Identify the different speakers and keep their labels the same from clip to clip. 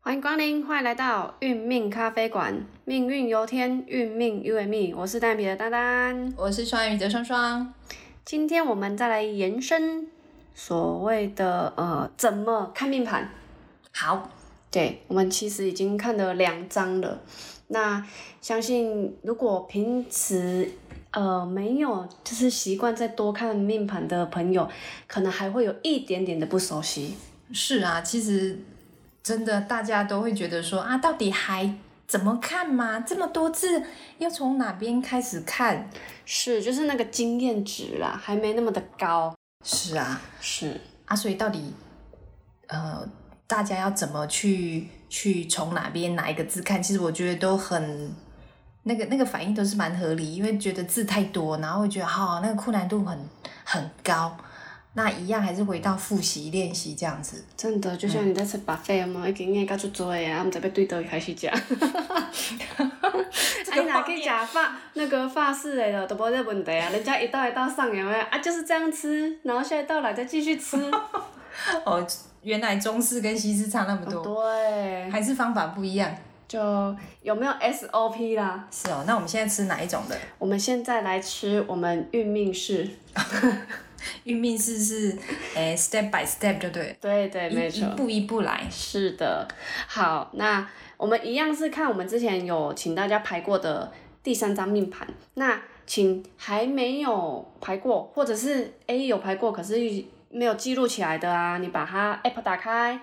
Speaker 1: 欢迎光临，欢迎来到运命咖啡馆，命运由天，运命由命。我是单眼皮的丹丹，
Speaker 2: 我是双鱼的双双。
Speaker 1: 今天我们再来延伸所谓的呃怎么看命盘。
Speaker 2: 好，
Speaker 1: 对，我们其实已经看了两章了。那相信如果平时呃没有就是习惯再多看命盘的朋友，可能还会有一点点的不熟悉。
Speaker 2: 是啊，其实真的大家都会觉得说啊，到底还怎么看嘛？这么多字，要从哪边开始看？
Speaker 1: 是，就是那个经验值啦，还没那么的高。
Speaker 2: 是啊，
Speaker 1: 是，
Speaker 2: 啊，所以到底呃，大家要怎么去去从哪边哪一个字看？其实我觉得都很。那个那个反应都是蛮合理，因为觉得字太多，然后会觉得哈、那个困难度很很高，那一样还是回到复习练习这样子。
Speaker 1: 真的，就像你在吃 buffet 啊嘛，一点眼甲出多呀，啊，毋知要对倒开始食。啊，你
Speaker 2: 哎
Speaker 1: 若
Speaker 2: 啊
Speaker 1: 去食法那个法式的了，都无这问题啊，人家一道一道上有没有？啊，就是这样吃，然后下一道来再继续吃。
Speaker 2: 哦，原来中式跟西式差那么哦多，
Speaker 1: 对，
Speaker 2: 还是方法不一样。
Speaker 1: 就有没有 SOP 啦？
Speaker 2: 是哦，那我们现在吃哪一种的？
Speaker 1: 我们现在来吃我们运命式。
Speaker 2: 运命式是， 诶、s t e p by step 就对了，
Speaker 1: 对对，没
Speaker 2: 一一
Speaker 1: 错。
Speaker 2: 步一步来。
Speaker 1: 是的，好，那我们一样是看我们之前有请大家排过的第三张命盘。那请还没有排过，或者是 A 有排过可是没有记录起来的啊，你把它 App 打开，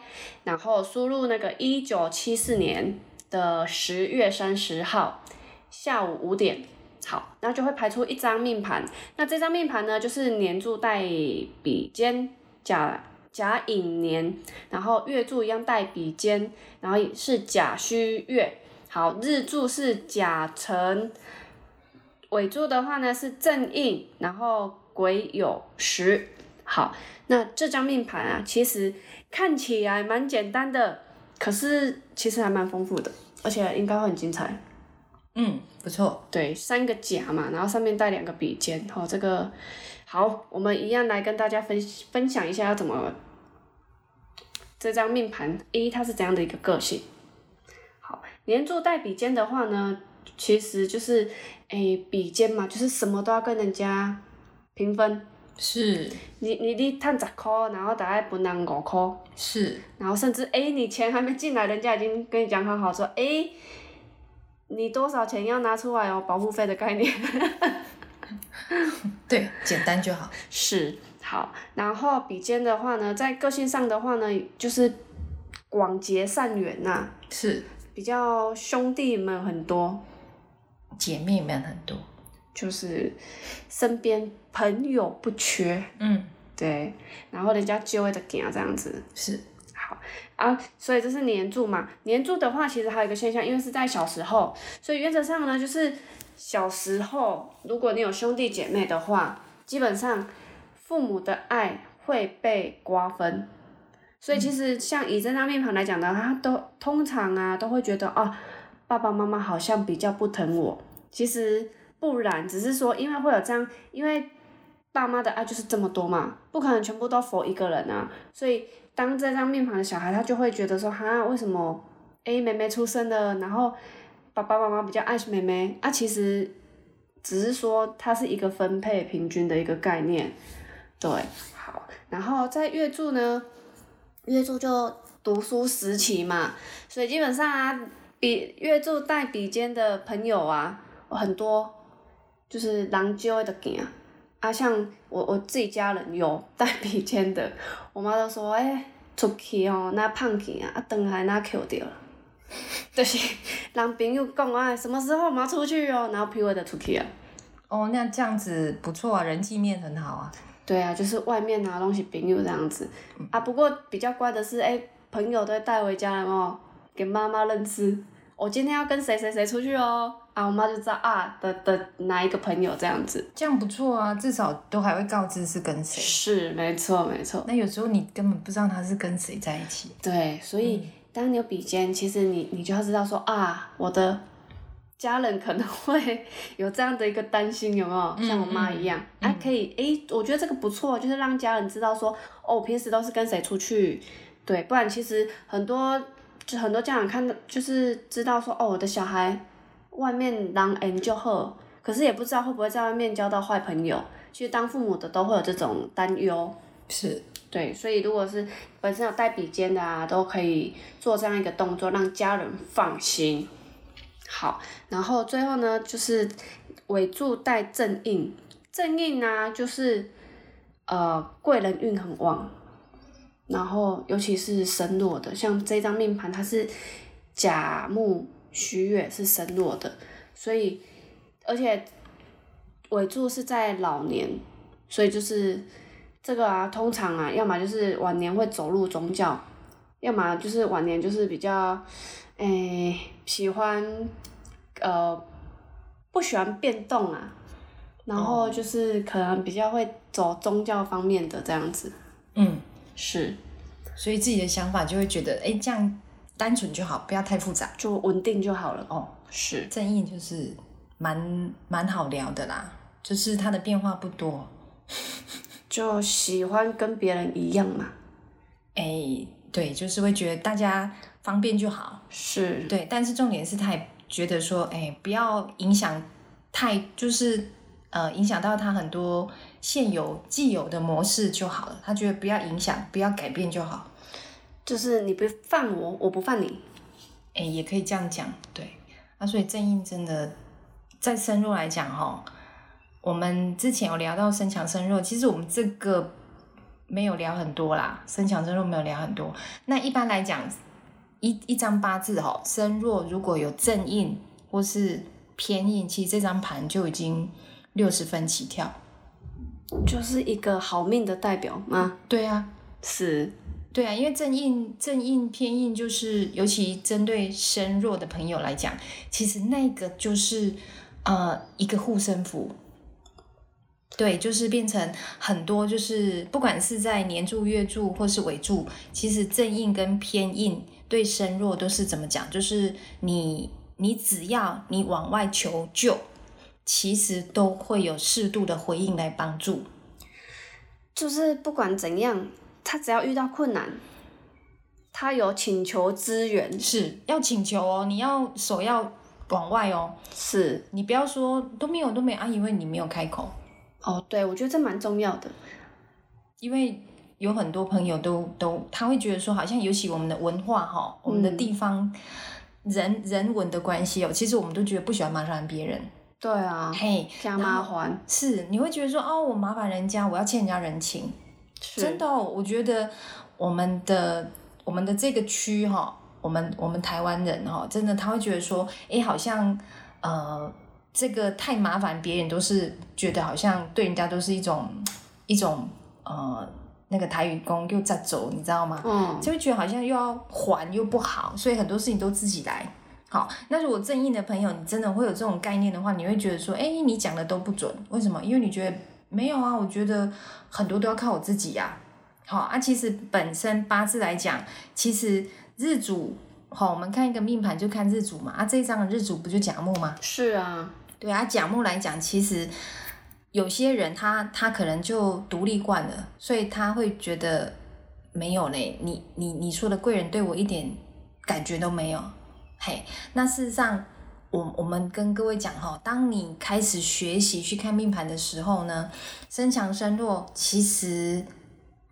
Speaker 1: 然后输入那个一九七四年的十月三十号下午五点。好，那就会排出一张命盘。那这张命盘呢，就是年柱带比肩甲甲寅年，然后月柱一样带比肩，然后是甲戌月。好，日柱是甲辰，尾柱的话呢是正印，然后癸酉时。好，那这张命盘啊，其实看起来蛮简单的，可是其实还蛮丰富的，而且应该会很精彩。
Speaker 2: 嗯，不错。
Speaker 1: 对，三个甲嘛，然后上面带两个比肩，好、这个好，我们一样来跟大家分分享一下要怎么这张命盘一它是怎样的一个个性。好，连柱带比肩的话呢，其实就是诶比肩嘛，就是什么都要跟人家平分，
Speaker 2: 是
Speaker 1: 你你你赚十块，然后大概分人五块，
Speaker 2: 是，
Speaker 1: 然后甚至诶你钱还没进来，人家已经跟你讲好好说诶你多少钱要拿出来哦，保护费的概念。
Speaker 2: 对，简单就好。
Speaker 1: 是，好。然后比肩的话呢，在个性上的话呢，就是广结善缘呐、
Speaker 2: 是
Speaker 1: 比较兄弟们很多，
Speaker 2: 姐妹们很多。
Speaker 1: 就是身边朋友不缺，
Speaker 2: 嗯，
Speaker 1: 对。然后人家就会的行这样子
Speaker 2: 是
Speaker 1: 啊，所以这是年柱嘛。年柱的话，其实还有一个现象，因为是在小时候，所以原则上呢，就是小时候如果你有兄弟姐妹的话，基本上父母的爱会被瓜分。所以其实像以这张面盘来讲呢，他都通常啊都会觉得啊，爸爸妈妈好像比较不疼我。其实不然，只是说因为会有这样，因为爸妈的爱就是这么多嘛，不可能全部都否一个人啊。所以当这张面盘的小孩，他就会觉得说，哈，为什么 A 妹妹出生了，然后爸爸妈妈比较爱妹妹啊？其实只是说它是一个分配平均的一个概念，对，好。然后在月柱呢，月柱就读书时期嘛，所以基本上啊，比月柱带比肩的朋友啊，很多就是狼就会的行啊。啊，像我我自己家人有 带笔尖的，我妈都说，哎、出去吼、那胖去啊，啊，回来那扣掉了。 就是人朋友讲啊，什么时候我们要出去哦，然后 P U 的出去啊。
Speaker 2: 哦，那这样子不错啊，人际面很好啊。
Speaker 1: 对啊，就是外面拿东西朋友这样子啊。不过比较乖的是，哎、朋友都会带回家了哦，给妈妈认识。我今天要跟谁谁谁出去哦，啊，我妈就知道啊的的哪一个朋友这样子。
Speaker 2: 这样不错啊，至少都还会告知是跟谁。
Speaker 1: 是，没错，没错。
Speaker 2: 那有时候你根本不知道他是跟谁在一起。
Speaker 1: 对，所以、当你有比肩，其实你你就要知道说啊，我的家人可能会有这样的一个担心，有没有？像我妈一样，哎、可以，诶，我觉得这个不错，就是让家人知道说，哦，我平时都是跟谁出去，对，不然其实很多就很多家长看到就是知道说哦，我的小孩外面当 N 就好，可是也不知道会不会在外面交到坏朋友。其实当父母的都会有这种担忧，
Speaker 2: 是
Speaker 1: 对，所以如果是本身有带笔尖的啊，都可以做这样一个动作，让家人放心。好，然后最后呢，就是尾柱带正印，正印呢、就是呃贵人运很旺，然后尤其是身弱的，像这张命盘它是甲木虚月是身弱的，所以而且尾柱是在老年，所以就是这个啊，通常啊，要么就是晚年会走入宗教，要么就是晚年就是比较，诶、喜欢，呃，不喜欢变动啊，然后就是可能比较会走宗教方面的这样子，
Speaker 2: 嗯，
Speaker 1: 是
Speaker 2: 所以自己的想法就会觉得，哎，这样单纯就好，不要太复杂。
Speaker 1: 就稳定就好了。
Speaker 2: 哦，
Speaker 1: 是，
Speaker 2: 正印就是蛮蛮好聊的啦，就是它的变化不多。
Speaker 1: 就喜欢跟别人一样嘛，
Speaker 2: 哎，对，就是会觉得大家方便就好。
Speaker 1: 是，
Speaker 2: 对，但是重点是他也觉得说，哎，不要影响太，就是呃，影响到他很多现有既有的模式就好了。他觉得不要影响，不要改变就好。
Speaker 1: 就是你不犯我，我不犯你，
Speaker 2: 哎，也可以这样讲，对。啊，所以正印真的再深入来讲哈，我们之前有聊到身强身弱，其实我们这个没有聊很多啦，身强身弱没有聊很多。那一般来讲，一一张八字哈，身弱如果有正印或是偏印，其实这张盘就已经六十分起跳。
Speaker 1: 就是一个好命的代表嘛，
Speaker 2: 对啊，
Speaker 1: 是。
Speaker 2: 对啊，因为正印、正印、偏印，就是尤其针对身弱的朋友来讲，其实那个就是呃一个护身符。对，就是变成很多，就是不管是在年柱、月柱或是尾柱，其实正印跟偏印对身弱都是怎么讲？就是你你只要你往外求救，其实都会有适度的回应来帮助。
Speaker 1: 就是不管怎样，他只要遇到困难，他有请求支援，
Speaker 2: 是要请求哦，你要手要往外哦，
Speaker 1: 是
Speaker 2: 你不要说都没有都没有啊，因为你没有开口，
Speaker 1: 哦，对我觉得这蛮重要的，
Speaker 2: 因为有很多朋友都都他会觉得说，好像尤其我们的文化哈、我们的地方、人人文的关系哦，其实我们都觉得不喜欢麻烦别人，
Speaker 1: 对啊，
Speaker 2: 嘿，
Speaker 1: 加麻烦
Speaker 2: 是你会觉得说哦，我麻烦人家，我要欠人家人情，真
Speaker 1: 是
Speaker 2: 的哦、我觉得我们的我们的这个区哈、我们我们台湾人哈、真的他会觉得说，哎，好像呃，这个太麻烦别人，都是觉得好像对人家都是一种一种呃，那个台语工又在走，你知道吗？
Speaker 1: 嗯，
Speaker 2: 就会觉得好像又要还又不好，所以很多事情都自己来。好，那如果正印的朋友，你真的会有这种概念的话，你会觉得说，哎、你讲的都不准，为什么？因为你觉得没有啊，我觉得很多都要靠我自己呀、好啊，其实本身八字来讲，其实日主，好，我们看一个命盘就看日主嘛，啊，这一张的日主不就甲木吗？
Speaker 1: 是啊，
Speaker 2: 对啊，甲木来讲，其实有些人他他可能就独立惯了，所以他会觉得没有嘞，你你你说的贵人对我一点感觉都没有。嘿，那事实上，我我们跟各位讲哈，当你开始学习去看命盘的时候呢，身强身弱其实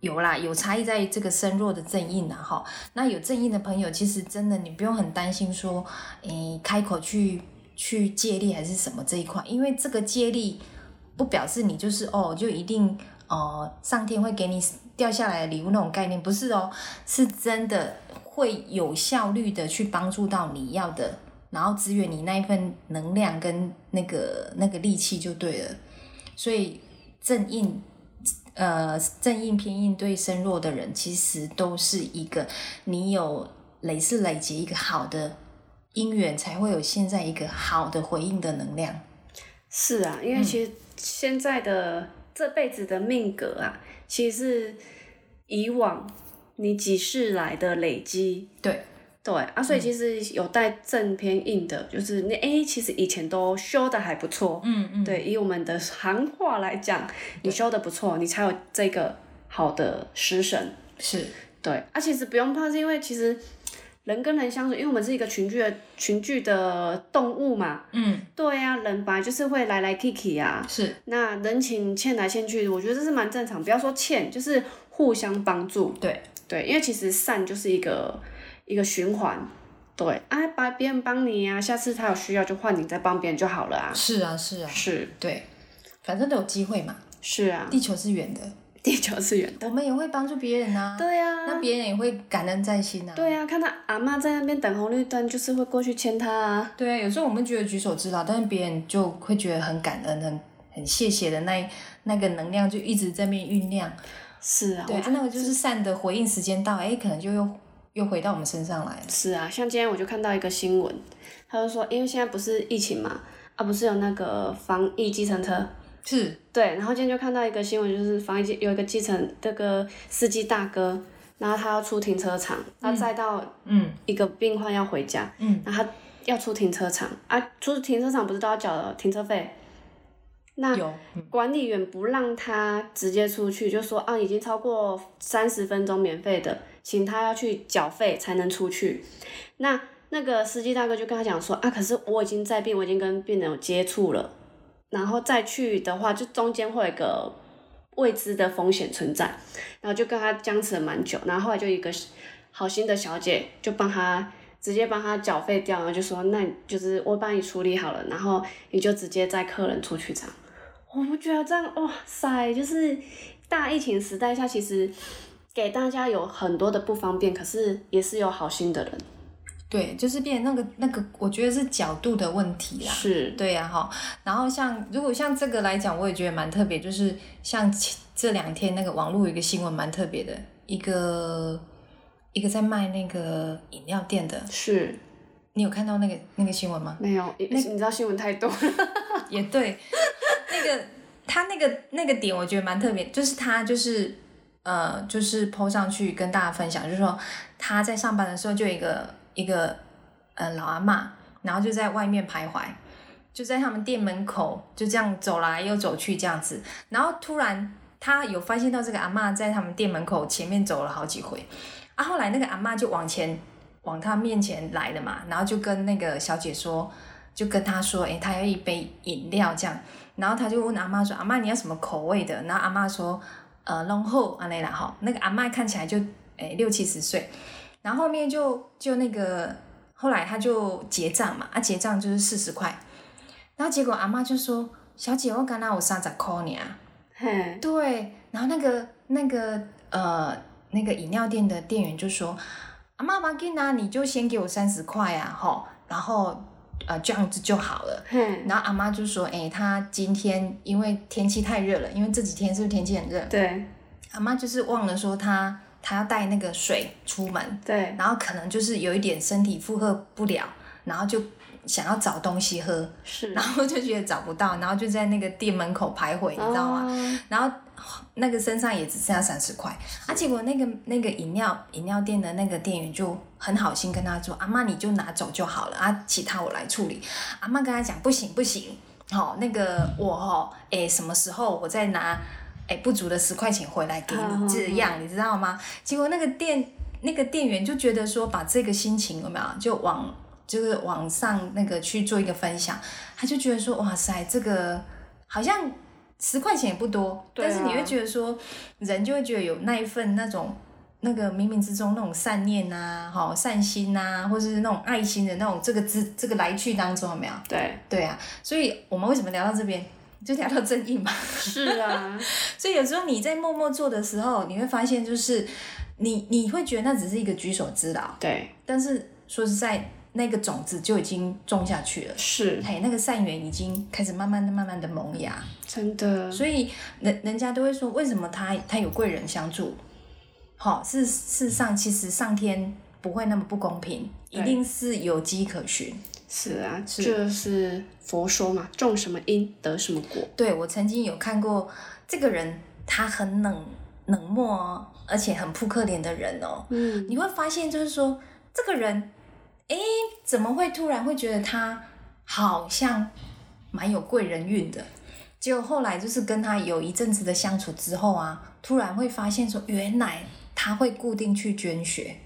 Speaker 2: 有啦，有差异在这个身弱的正印啦哈。那有正印的朋友，其实真的你不用很担心说，诶，开口去去借力还是什么这一块，因为这个借力不表示你就是哦，就一定呃上天会给你掉下来的礼物那种概念，不是哦，是真的会有效率的去帮助到你要的，然后支援你那一份能量跟那个那个力气就对了。所以正印，呃，正印偏印对身弱的人，其实都是一个你有累是累积一个好的因缘，才会有现在一个好的回应的能量。
Speaker 1: 是啊，因为其实现在的、这辈子的命格啊，其实是以往你几世来的累积，
Speaker 2: 对，
Speaker 1: 对啊，
Speaker 2: 嗯
Speaker 1: 所以其实有带正偏硬的，就是你哎、诶其实以前都修的还不错，
Speaker 2: 嗯嗯，
Speaker 1: 对，以我们的行话来讲，你修的不错，你才有这个好的食神。
Speaker 2: 是
Speaker 1: 对，啊，其实不用怕，是因为其实人跟人相处，因为我们是一个群居的群居的动物嘛，
Speaker 2: 嗯，
Speaker 1: 对呀、人本来就是会来来去去啊，
Speaker 2: 是
Speaker 1: 那人情欠来欠去，我觉得这是蛮正常，不要说欠，就是互相帮助，
Speaker 2: 对
Speaker 1: 对，因为其实善就是一个一个循环，对，啊，把别人帮你啊，下次他有需要就换你再帮别人就好了啊，
Speaker 2: 是啊是啊，
Speaker 1: 是
Speaker 2: 对，反正都有机会嘛，
Speaker 1: 是啊，
Speaker 2: 地球是圆的，
Speaker 1: 地球是圆的，
Speaker 2: 我们也会帮助别人啊，
Speaker 1: 对呀、
Speaker 2: 那别人也会感恩在心啊。
Speaker 1: 对呀、看到阿嬷在那边等红绿灯，就是会过去牵她啊。
Speaker 2: 对啊，有时候我们觉得举手之劳，但是别人就会觉得很感恩、很很谢谢的那一那个能量就一直在那边酝酿。
Speaker 1: 是啊，
Speaker 2: 对，
Speaker 1: 我
Speaker 2: 啊
Speaker 1: 觉得
Speaker 2: 那个就是善的回应时间到，哎，可能就又又回到我们身上来了。
Speaker 1: 是啊。像今天我就看到一个新闻，他就说，因为现在不是疫情嘛，啊，不是有那个防疫计程车。
Speaker 2: 是，
Speaker 1: 对，然后今天就看到一个新闻，就是防疫计有一个计程这个司机大哥，然后他要出停车场，他载到
Speaker 2: 嗯
Speaker 1: 一个病患要回家，
Speaker 2: 嗯，
Speaker 1: 然后他要出停车场啊，出停车场不是都要缴停车费？那
Speaker 2: 有，嗯
Speaker 1: 管理员不让他直接出去，就说啊，已经超过三十分钟免费的，请他要去缴费才能出去。那那个司机大哥就跟他讲说啊，可是我已经在病，我已经跟病人有接触了，然后再去的话，就中间会有一个未知的风险存在，然后就跟他僵持了蛮久，然后后来就一个好心的小姐就帮他。直接帮他缴费掉，然后就说那你就是我帮你处理好了，然后你就直接载客人出去这样。我不觉得这样，哇塞，就是大疫情时代下，其实给大家有很多的不方便，可是也是有好心的人，
Speaker 2: 对，就是变成那个那个，我觉得是角度的问题啦。
Speaker 1: 是
Speaker 2: 对呀、哈，然后像如果像这个来讲，我也觉得蛮特别，就是像前这两天那个网络有一个新闻蛮特别的，一个一个在卖那个饮料店的，
Speaker 1: 是，？
Speaker 2: 你有看到那个那个新闻吗
Speaker 1: 没有，你知道新闻太多了，
Speaker 2: 也对，那个他那个那个点我觉得蛮特别，就是他就是呃就是 PO 上去跟大家分享，就是说他在上班的时候就有一个一个呃老阿嬷，然后就在外面徘徊。就在他们店门口就这样走来又走去这样子，然后突然他有发现到这个阿嬷在他们店门口前面走了好几回，啊，后来那个阿嬷就往前往他面前来了嘛，然后就跟那个小姐说，就跟她说，诶、她要一杯饮料这样，然后他就问阿嬷说，阿嬷你要什么口味的？然后阿嬷说，呃，龙后阿内啦哈，那个阿嬷看起来就诶、六七十岁，然后后面就就那个后来他就结账嘛，啊结账就是四十块。然后结果阿妈就说：“小姐，我刚刚有三十块呢。
Speaker 1: 嘿”，
Speaker 2: 对，然后那个那个呃那个饮料店的店员就说：“阿妈，马紧啊，你就先给我三十块啊，吼，然后呃这样子就好了。”
Speaker 1: 嘿，
Speaker 2: 然后阿妈就说：“哎、她今天因为天气太热了，因为这几天是不是天气很热？
Speaker 1: 对
Speaker 2: 阿妈就是忘了说她她要带那个水出门，
Speaker 1: 对，
Speaker 2: 然后可能就是有一点身体负荷不了，然后就想要找东西喝，
Speaker 1: 是
Speaker 2: 然，后就觉得找不到，然后就在那个店门口徘徊，你知道吗？
Speaker 1: 哦？
Speaker 2: 然后那个身上也只剩下三十块，啊，结果那个那个饮料饮料店的那个店员就很好心跟他说：“阿妈你就拿走就好了，啊，其他我来处理。”阿妈跟他讲：“不行不行，好、那个我哦，哎，什么时候我再拿哎不足的十块钱回来给
Speaker 1: 嗯
Speaker 2: 你？这样你知道吗？”结果那个店那个店员就觉得说，把这个心情有没有就往就是往上那个去做一个分享，他就觉得说，哇塞，这个好像十块钱也不多，
Speaker 1: 对啊
Speaker 2: 但是你会觉得说，人就会觉得有那一份那种。那个冥冥之中那种善念呐、哈、善心呐、或者是那种爱心的那种这个之这个来去当中有没有？
Speaker 1: 对，
Speaker 2: 对啊，所以我们为什么聊到这边，就聊到正义嘛？
Speaker 1: 是啊，
Speaker 2: 所以有时候你在默默做的时候，你会发现，就是你你会觉得那只是一个举手之劳，
Speaker 1: 对，
Speaker 2: 但是说实在，那个种子就已经种下去了。
Speaker 1: 是，
Speaker 2: 嘿，那个善缘已经开始慢慢的、慢慢的萌芽，
Speaker 1: 真的，
Speaker 2: 所以人人家都会说，为什么他他有贵人相助？好、事事实上，其实上天不会那么不公平，一定是有迹可循。
Speaker 1: 是啊，
Speaker 2: 是
Speaker 1: 就是佛说嘛，种什么因得什么果，
Speaker 2: 对我曾经有看过这个人，他很冷冷漠哦，而且很扑克脸的人哦，
Speaker 1: 嗯，
Speaker 2: 你会发现就是说，这个人，诶，怎么会突然会觉得他好像蛮有贵人运的？结果后来就是跟他有一阵子的相处之后啊，突然会发现说，原来他会固定去捐血，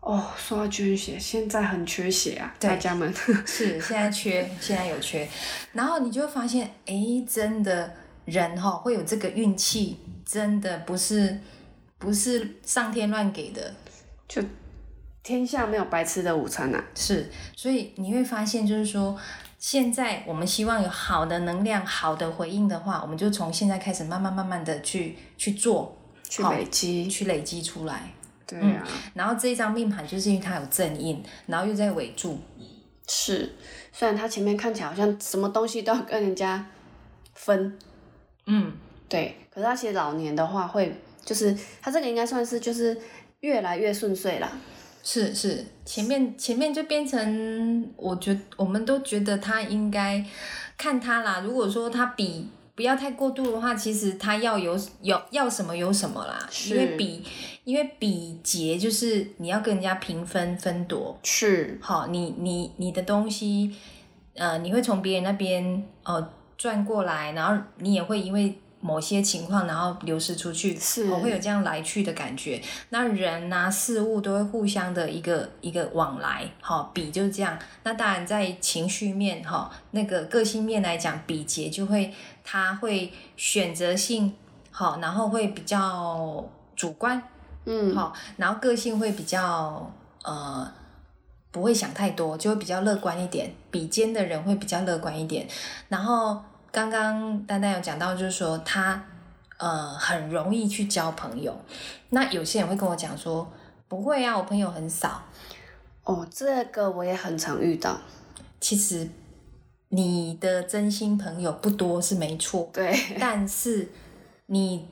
Speaker 1: 哦，说到捐血，现在很缺血啊，
Speaker 2: 对
Speaker 1: 大家们。
Speaker 2: 是现在缺，现在有缺，然后你就会发现，诶，真的人哈、会有这个运气，真的不是不是上天乱给的，
Speaker 1: 天下没有白吃的午餐呐、啊
Speaker 2: 是，所以你会发现，就是说，现在我们希望有好的能量、好的回应的话，我们就从现在开始，慢慢慢慢的去去做，
Speaker 1: 去
Speaker 2: 好
Speaker 1: 累积。
Speaker 2: 去累积出来。
Speaker 1: 对啊，
Speaker 2: 然后这一张命盘就是因为它有正印，然后又在尾柱，
Speaker 1: 是。虽然他前面看起来好像什么东西都要跟人家分，
Speaker 2: 嗯，
Speaker 1: 对，可是他其实老年的话会，就是他这个应该算是就是越来越顺遂啦。
Speaker 2: 是是，前面前面就变成，我觉我们都觉得他应该看他啦。如果说他比不要太过度的话，其实他要有有要什么有什么啦，因
Speaker 1: 是
Speaker 2: 为比因为比劫就是你要跟人家平分分夺，
Speaker 1: 是，
Speaker 2: 好，你你你的东西，呃，你会从别人那边呃赚过来，然后你也会因为某些情况，然后流失出去，
Speaker 1: 是
Speaker 2: 哦会有这样来去的感觉。那人呐、事物都会互相的一个一个往来，好、比就是这样。那当然在情绪面哈、那个个性面来讲，比劫就会他会选择性好、然后会比较主观，
Speaker 1: 嗯，
Speaker 2: 好、然后个性会比较呃，不会想太多，就会比较乐观一点。比肩的人会比较乐观一点。然后刚刚丹丹有讲到，就是说他呃很容易去交朋友。那有些人会跟我讲说，不会啊，我朋友很少。
Speaker 1: 哦，这个我也很常遇到。
Speaker 2: 其实你的真心朋友不多是没错，
Speaker 1: 对，
Speaker 2: 但是你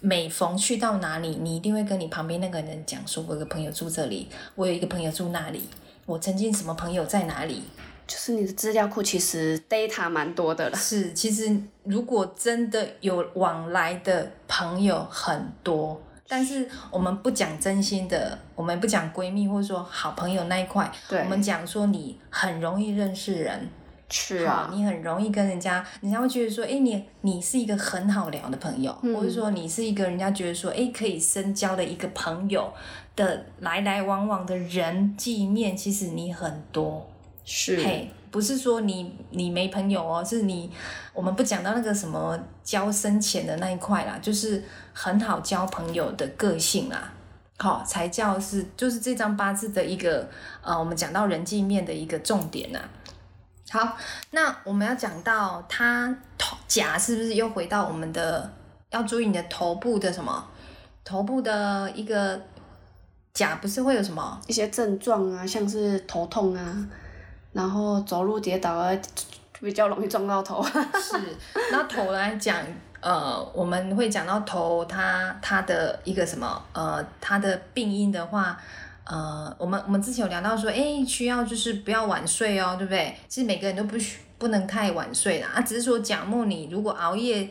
Speaker 2: 每逢去到哪里，你一定会跟你旁边那个人讲说，我有个朋友住这里，我有一个朋友住那里，我曾经什么朋友在哪里。
Speaker 1: 就是你的资料库其实 data 蛮多的了。
Speaker 2: 是，其实如果真的有往来的朋友很多。但是我们不讲真心的，我们不讲闺蜜或者说好朋友那一块，
Speaker 1: 对
Speaker 2: 我们讲说你很容易认识人，
Speaker 1: 是啊
Speaker 2: 好，，你很容易跟人家，人家会觉得说，哎、你你是一个很好聊的朋友，或者说你是一个人家觉得说，哎、可以深交的一个朋友的来来往往的人际面，其实你很多，
Speaker 1: 是，
Speaker 2: 嘿，不是说你你没朋友哦，是你我们不讲到那个什么交深浅的那一块啦，就是很好交朋友的个性啦。好、才叫是就是这张八字的一个呃，我们讲到人际面的一个重点呐、啊好，那我们要讲到它头甲是不是又回到我们的要注意你的头部的什么？头部的一个甲不是会有什么？
Speaker 1: 一些症状啊，像是头痛啊，然后走路跌倒啊，比较容易撞到头。啊
Speaker 2: 是，那头来讲，呃，我们会讲到头它它的一个什么，呃，它的病因的话。呃，我们我们之前有聊到说，哎，需要就是不要晚睡哦，对不对？其实每个人都不需不能太晚睡啦，啊，只是说甲木你如果熬夜，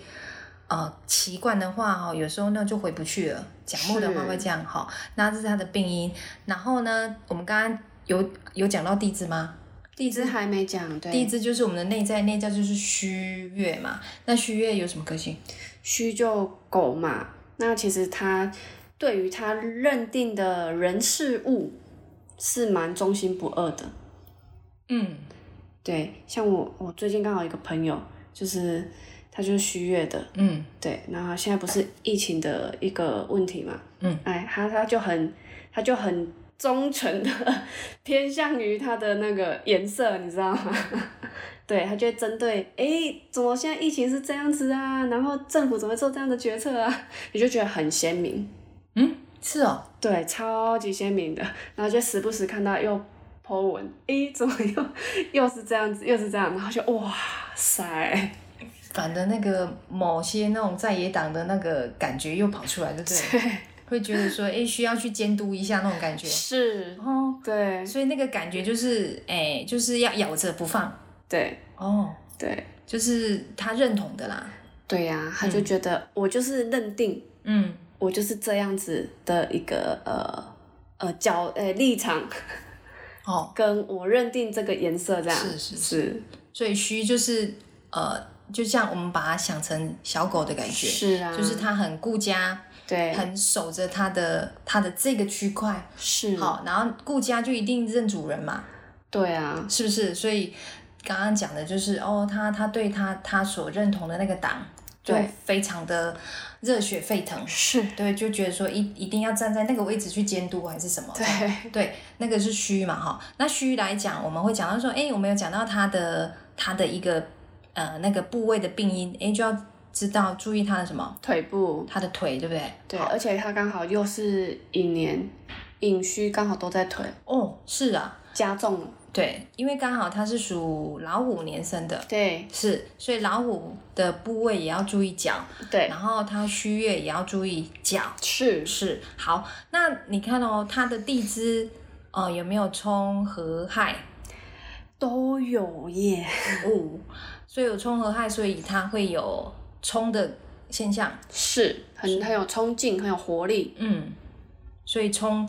Speaker 2: 呃，习惯的话哦，有时候那就回不去了。甲木的话
Speaker 1: 是
Speaker 2: 会这样哈、那这是它的病因。然后呢，我们刚刚有有讲到地支吗？地
Speaker 1: 一直还没讲，
Speaker 2: 地
Speaker 1: 对，
Speaker 2: 支就是我们的内在，内在就是虚月嘛。那虚月有什么个性？
Speaker 1: 虚就狗嘛。那其实他对于他认定的人事物是蛮忠心不二的。
Speaker 2: 嗯，
Speaker 1: 对，像我，我最近刚好有一个朋友，就是他就是虚月的，
Speaker 2: 嗯，
Speaker 1: 对，然后现在不是疫情的一个问题嘛，
Speaker 2: 嗯，
Speaker 1: 哎，他他就很他就很忠诚的 偏向于他的那个颜色，你知道吗？ 对，他就会针对，哎，怎么现在疫情是这样子啊？然后政府怎么做这样的决策啊？你就觉得很鲜明，
Speaker 2: 是哦，
Speaker 1: 对，超级鲜明的，然后就时不时看到又 po 文，诶，怎么又 又是这样子，又是这样，然后就哇塞，
Speaker 2: 反正那个某些那种在野党的那个感觉又跑出来，对不对？会觉得说，哎、需要去监督一下那种感 觉。
Speaker 1: 是，
Speaker 2: 哦，
Speaker 1: 对
Speaker 2: 所以那个感觉就是，哎、就是要咬着不放。
Speaker 1: 对
Speaker 2: 哦，
Speaker 1: 对
Speaker 2: 就是他认同的啦。
Speaker 1: 对呀、他就觉得我就是认定
Speaker 2: 嗯，
Speaker 1: 我就是这样子的一个呃呃角呃立场，
Speaker 2: 哦，
Speaker 1: 跟我认定这个颜色这样，
Speaker 2: 是是
Speaker 1: 是
Speaker 2: 所以虚就是呃，就像我们把它想成小狗的感觉。
Speaker 1: 是啊，
Speaker 2: 就是他很顾家，
Speaker 1: 对，
Speaker 2: 很守着他的他的这个区块。
Speaker 1: 是，
Speaker 2: 好，然后顾家就一定认主人嘛，
Speaker 1: 对啊，
Speaker 2: 是不是？所以刚刚讲的就是哦，他他对他他所认同的那个党，就
Speaker 1: 对
Speaker 2: 非常的热血沸腾，
Speaker 1: 是，
Speaker 2: 对，就觉得说一一定要站在那个位置去监督还是什么，
Speaker 1: 对，
Speaker 2: 对，那个是虚嘛哈。那虚来讲，我们会讲到说，哎，我们有讲到他的他的一个呃那个部位的病因，哎，就要知道注意他的什么，
Speaker 1: 腿部，
Speaker 2: 他的腿，对不对？
Speaker 1: 对，而且他刚好又是寅年，寅戌刚好都在腿，
Speaker 2: 哦，是啊，
Speaker 1: 加重了，
Speaker 2: 对，因为刚好他是属老虎年生的，
Speaker 1: 对
Speaker 2: 是，所以老虎的部位也要注意脚，
Speaker 1: 对
Speaker 2: 然后它虚月也要注意脚，
Speaker 1: 是，
Speaker 2: 是好。那你看哦，它的地支呃有没有冲合亥？
Speaker 1: 都有耶，
Speaker 2: 哦，所以有冲合亥，所以它会有冲的现象，
Speaker 1: 是很很有冲劲，很有活力，
Speaker 2: 嗯，所以冲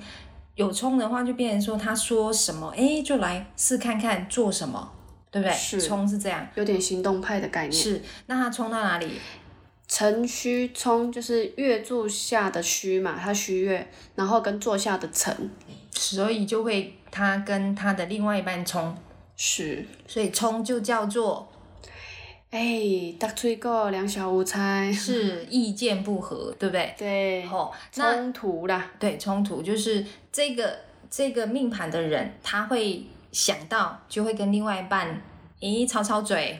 Speaker 2: 有冲的话，就变成说他说什么，哎，就来试看看做什么，对不对？
Speaker 1: 是
Speaker 2: 冲是这样，
Speaker 1: 有点行动派的概念。
Speaker 2: 是。那他冲到哪里？
Speaker 1: 辰戌冲就是月柱下的戌嘛，它戌月，然后跟坐下的辰
Speaker 2: 所以就会他跟他的另外一半冲，
Speaker 1: 是。
Speaker 2: 所以冲就叫做
Speaker 1: 哎、大吹够两小无猜，
Speaker 2: 是意见不合，对不对？
Speaker 1: 对，
Speaker 2: 哦，那
Speaker 1: 冲突啦，
Speaker 2: 对冲突就是这个这个命盘的人，他会想到就会跟另外一半，咦，吵吵嘴，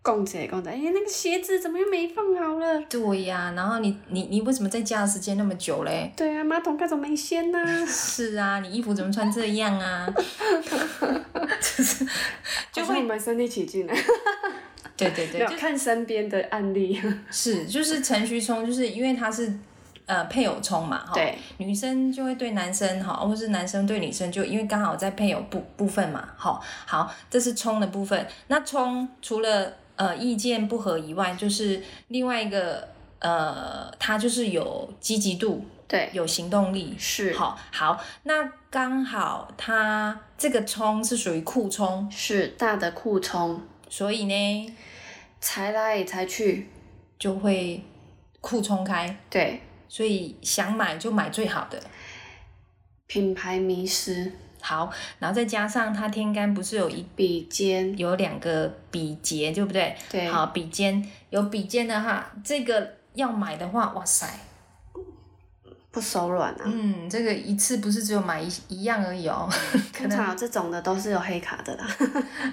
Speaker 1: 共者共者，哎、那个鞋子怎么又没放好了？
Speaker 2: 对呀、然后你你你为什么在家的时间那么久嘞？
Speaker 1: 对啊，马桶盖怎么没掀呢、
Speaker 2: 是啊，你衣服怎么穿这样啊？
Speaker 1: 就会蛮身临其境的，
Speaker 2: 对对
Speaker 1: 没
Speaker 2: 对，
Speaker 1: 有看身边的案例。
Speaker 2: 是就是辰戌冲，就是因为他是呃配偶冲嘛，哈，
Speaker 1: 对，
Speaker 2: 女生就会对男生哈，或是男生对女生，就因为刚好在配偶部部分嘛，好，好，这是冲的部分。那冲除了呃意见不合以外，就是另外一个呃，他就是有积极度，
Speaker 1: 对，
Speaker 2: 有行动力，
Speaker 1: 是
Speaker 2: 好好。那刚好他这个冲是属于库冲，
Speaker 1: 是大的库冲，
Speaker 2: 所以呢
Speaker 1: 才来才去，
Speaker 2: 就会库冲开，
Speaker 1: 对，
Speaker 2: 所以想买就买最好的。
Speaker 1: 品牌迷失，
Speaker 2: 好，然后再加上他天干不是有一
Speaker 1: 比肩，
Speaker 2: 有两个比劫，对不对？
Speaker 1: 对，
Speaker 2: 好，比肩有比肩的哈，这个要买的话，哇塞，
Speaker 1: 不手软啊。
Speaker 2: 嗯，这个一次不是只有买一一样而已哦， 可
Speaker 1: 通
Speaker 2: 能
Speaker 1: 常这种的都是有黑卡的啦。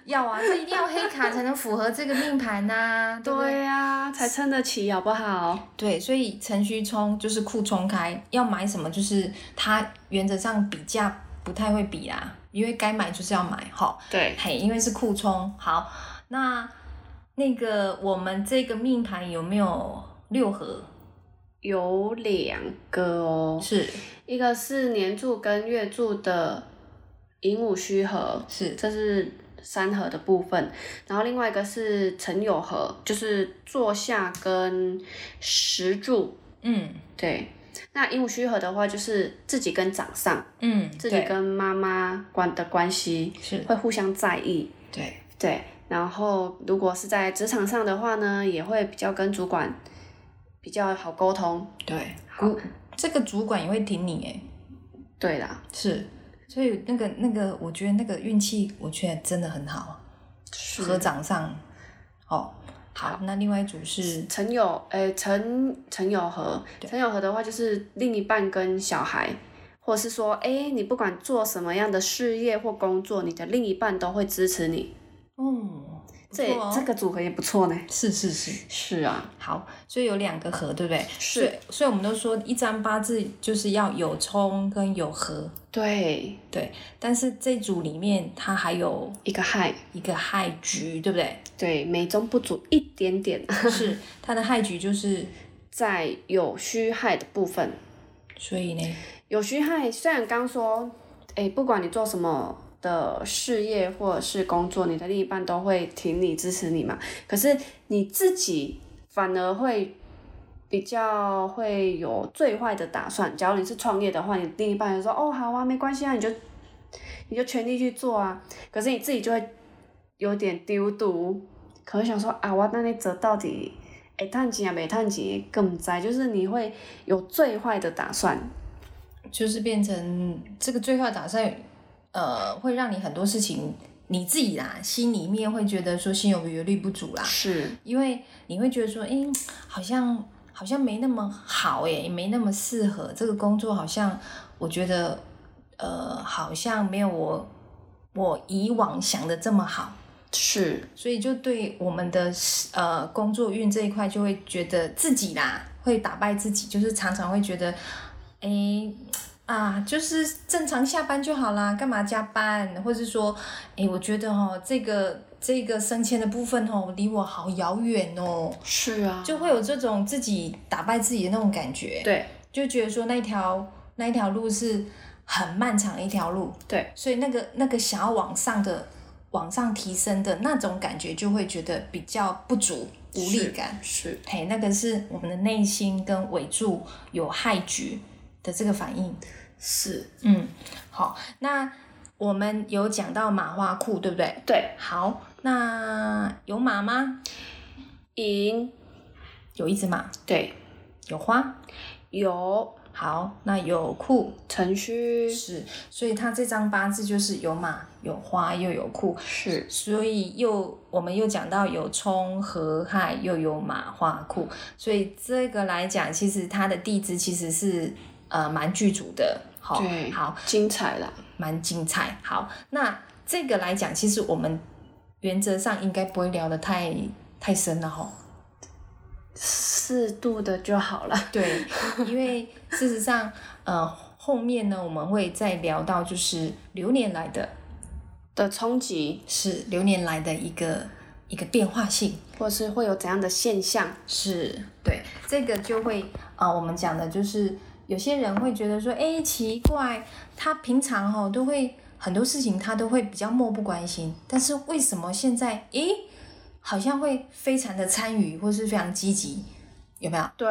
Speaker 2: 要啊，这一定要黑卡才能符合这个命盘呐、对不 对？
Speaker 1: 对 呀、才撑得起，好不好？
Speaker 2: 对，所以辰戌冲就是库冲开，要买什么就是它原则上比价不太会比啦，因为该买就是要买哈。
Speaker 1: 对，
Speaker 2: 嘿，因为是库冲。好，那那个我们这个命盘有没有六合？
Speaker 1: 有两个哦，
Speaker 2: 是
Speaker 1: 一个是年柱跟月柱的寅午戌合，
Speaker 2: 是
Speaker 1: 这是三合的部分，然后另外一个是辰酉合，就是坐下跟石柱。
Speaker 2: 嗯
Speaker 1: 对，那寅午戌合的话，就是自己跟掌上，
Speaker 2: 嗯，
Speaker 1: 自己
Speaker 2: 对
Speaker 1: 跟妈妈关的关系
Speaker 2: 是
Speaker 1: 会互相在意。
Speaker 2: 对
Speaker 1: 对，然后如果是在职场上的话呢，也会比较跟主管比较好沟通。
Speaker 2: 对，
Speaker 1: 好
Speaker 2: 股这个主管也会挺你哎，
Speaker 1: 对啦，
Speaker 2: 是，所以那个那个，我觉得那个运气，我觉得真的很好，
Speaker 1: 是
Speaker 2: 合掌上哦。好，那另外一组是
Speaker 1: 陈友，诶、陈陈友和，陈友和的话就是另一半跟小孩，或是说，诶、你不管做什么样的事业或工作，你的另一半都会支持你。
Speaker 2: 嗯，不
Speaker 1: 这也、
Speaker 2: 错哦
Speaker 1: 这个组合也不错呢。
Speaker 2: 是是是，
Speaker 1: 是啊，
Speaker 2: 好，所以有两个合，对不对？
Speaker 1: 是
Speaker 2: 所以，所以我们都说一张八字就是要有冲跟有合，
Speaker 1: 对，
Speaker 2: 对。但是这组里面它还有
Speaker 1: 一个害，
Speaker 2: 一个亥局，对不对？
Speaker 1: 对，美中不足一点点，
Speaker 2: 是它的亥局就是，
Speaker 1: 在有虚害的部分。
Speaker 2: 所以呢，
Speaker 1: 有虚害，虽然刚说，哎、不管你做什么的事业或者是工作，你的另一半都会挺你、支持你嘛。可是你自己反而会比较会有最坏的打算。假如你是创业的话，你另一半就说：“哦，好啊，没关系啊，你就你就全力去做啊。”可是你自己就会有点丢毒，可能想说啊，我那你折到底。会趁钱啊，没趁钱更灾，就是你会有最坏的打算。
Speaker 2: 就是变成这个最坏打算，呃，会让你很多事情你自己啦，心里面会觉得说心有余而力不足啦，
Speaker 1: 是，
Speaker 2: 因为你会觉得说，哎、好像好像没那么好耶，也没那么适合这个工作，好像我觉得，呃，好像没有我我以往想的这么好，
Speaker 1: 是，
Speaker 2: 所以就对我们的呃工作运这一块，就会觉得自己啦会打败自己，就是常常会觉得，哎、啊，就是正常下班就好啦，干嘛加班？或者说，哎、我觉得哦，这个这个升迁的部分哦，离我好遥远哦，
Speaker 1: 是啊，
Speaker 2: 就会有这种自己打败自己的那种感觉，
Speaker 1: 对
Speaker 2: 就觉得说那一条那一条路是很漫长一条路，
Speaker 1: 对，
Speaker 2: 所以那个那个想要往上的、往上提升的那种感觉，就会觉得比较不足、无力感。
Speaker 1: 是
Speaker 2: 嘿，那个是我们的内心跟尾柱有害局的这个反应。
Speaker 1: 是，
Speaker 2: 嗯，好，那我们有讲到马花裤，对不对？
Speaker 1: 对，
Speaker 2: 好，那有马吗？
Speaker 1: 赢，
Speaker 2: 有一只马，
Speaker 1: 对，
Speaker 2: 有花。
Speaker 1: 有
Speaker 2: 好，那有裤
Speaker 1: 程序
Speaker 2: 是，所以它这张八字就是有马、有花又有裤，
Speaker 1: 是
Speaker 2: 所以又我们又讲到有冲和亥，又有马化库，所以这个来讲，其实它的地支其实是呃蛮具足的，好、
Speaker 1: 对
Speaker 2: 好，
Speaker 1: 精彩啦，
Speaker 2: 蛮精彩。好，那这个来讲，其实我们原则上应该不会聊得太太深了哈、
Speaker 1: 适度的就好了。
Speaker 2: 对， 因为事实上，呃，后面呢我们会再聊到就是流年来的
Speaker 1: 的冲击，
Speaker 2: 是流年来的一个一个变化性。
Speaker 1: 或是会有怎样的现象？
Speaker 2: 是对，这个就会啊、呃我们讲的就是有些人会觉得说，哎，奇怪，他平常哦都会很多事情他都会比较漠不关心，但是为什么现在诶好像会非常的参与或是非常积极，有没有？
Speaker 1: 对，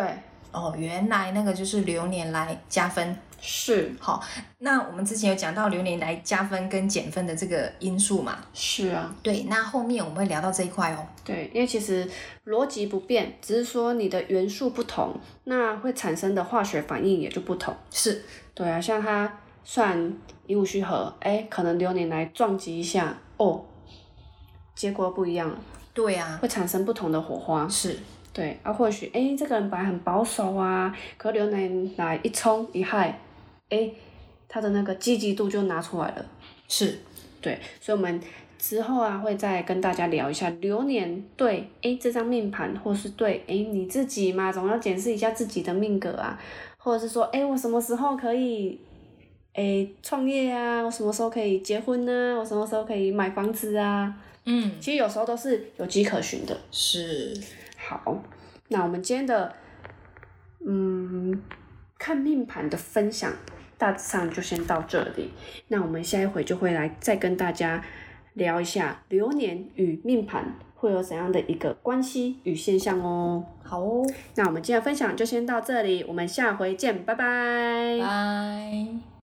Speaker 2: 哦，原来那个就是流年来加分。
Speaker 1: 是
Speaker 2: 好，那我们之前有讲到流年来加分跟减分的这个因素嘛？
Speaker 1: 是啊，
Speaker 2: 对，那后面我们会聊到这一块哦。
Speaker 1: 对，因为其实逻辑不变，只是说你的元素不同，那会产生的化学反应也就不同。
Speaker 2: 是，
Speaker 1: 对啊，像它算乙戊戌合，哎，可能流年来撞击一下，哦，结果不一样了，
Speaker 2: 对啊，
Speaker 1: 会产生不同的火花。
Speaker 2: 是。
Speaker 1: 对啊，或许哎，这个人本来很保守啊，可流年来一冲一害，哎，他的那个积极度就拿出来了。
Speaker 2: 是，
Speaker 1: 对，所以我们之后啊会再跟大家聊一下流年对诶这张命盘，或是对诶你自己嘛，总要检视一下自己的命格啊，或者是说诶我什么时候可以诶创业啊，我什么时候可以结婚呢、我什么时候可以买房子啊？
Speaker 2: 嗯，
Speaker 1: 其实有时候都是有迹可循的。
Speaker 2: 是，
Speaker 1: 好，那我们今天的嗯看命盘的分享，大致上就先到这里。那我们下一回就会来再跟大家聊一下流年与命盘会有怎样的一个关系与现象哦。
Speaker 2: 好哦，
Speaker 1: 那我们今天的分享就先到这里，我们下回见，拜拜
Speaker 2: 拜。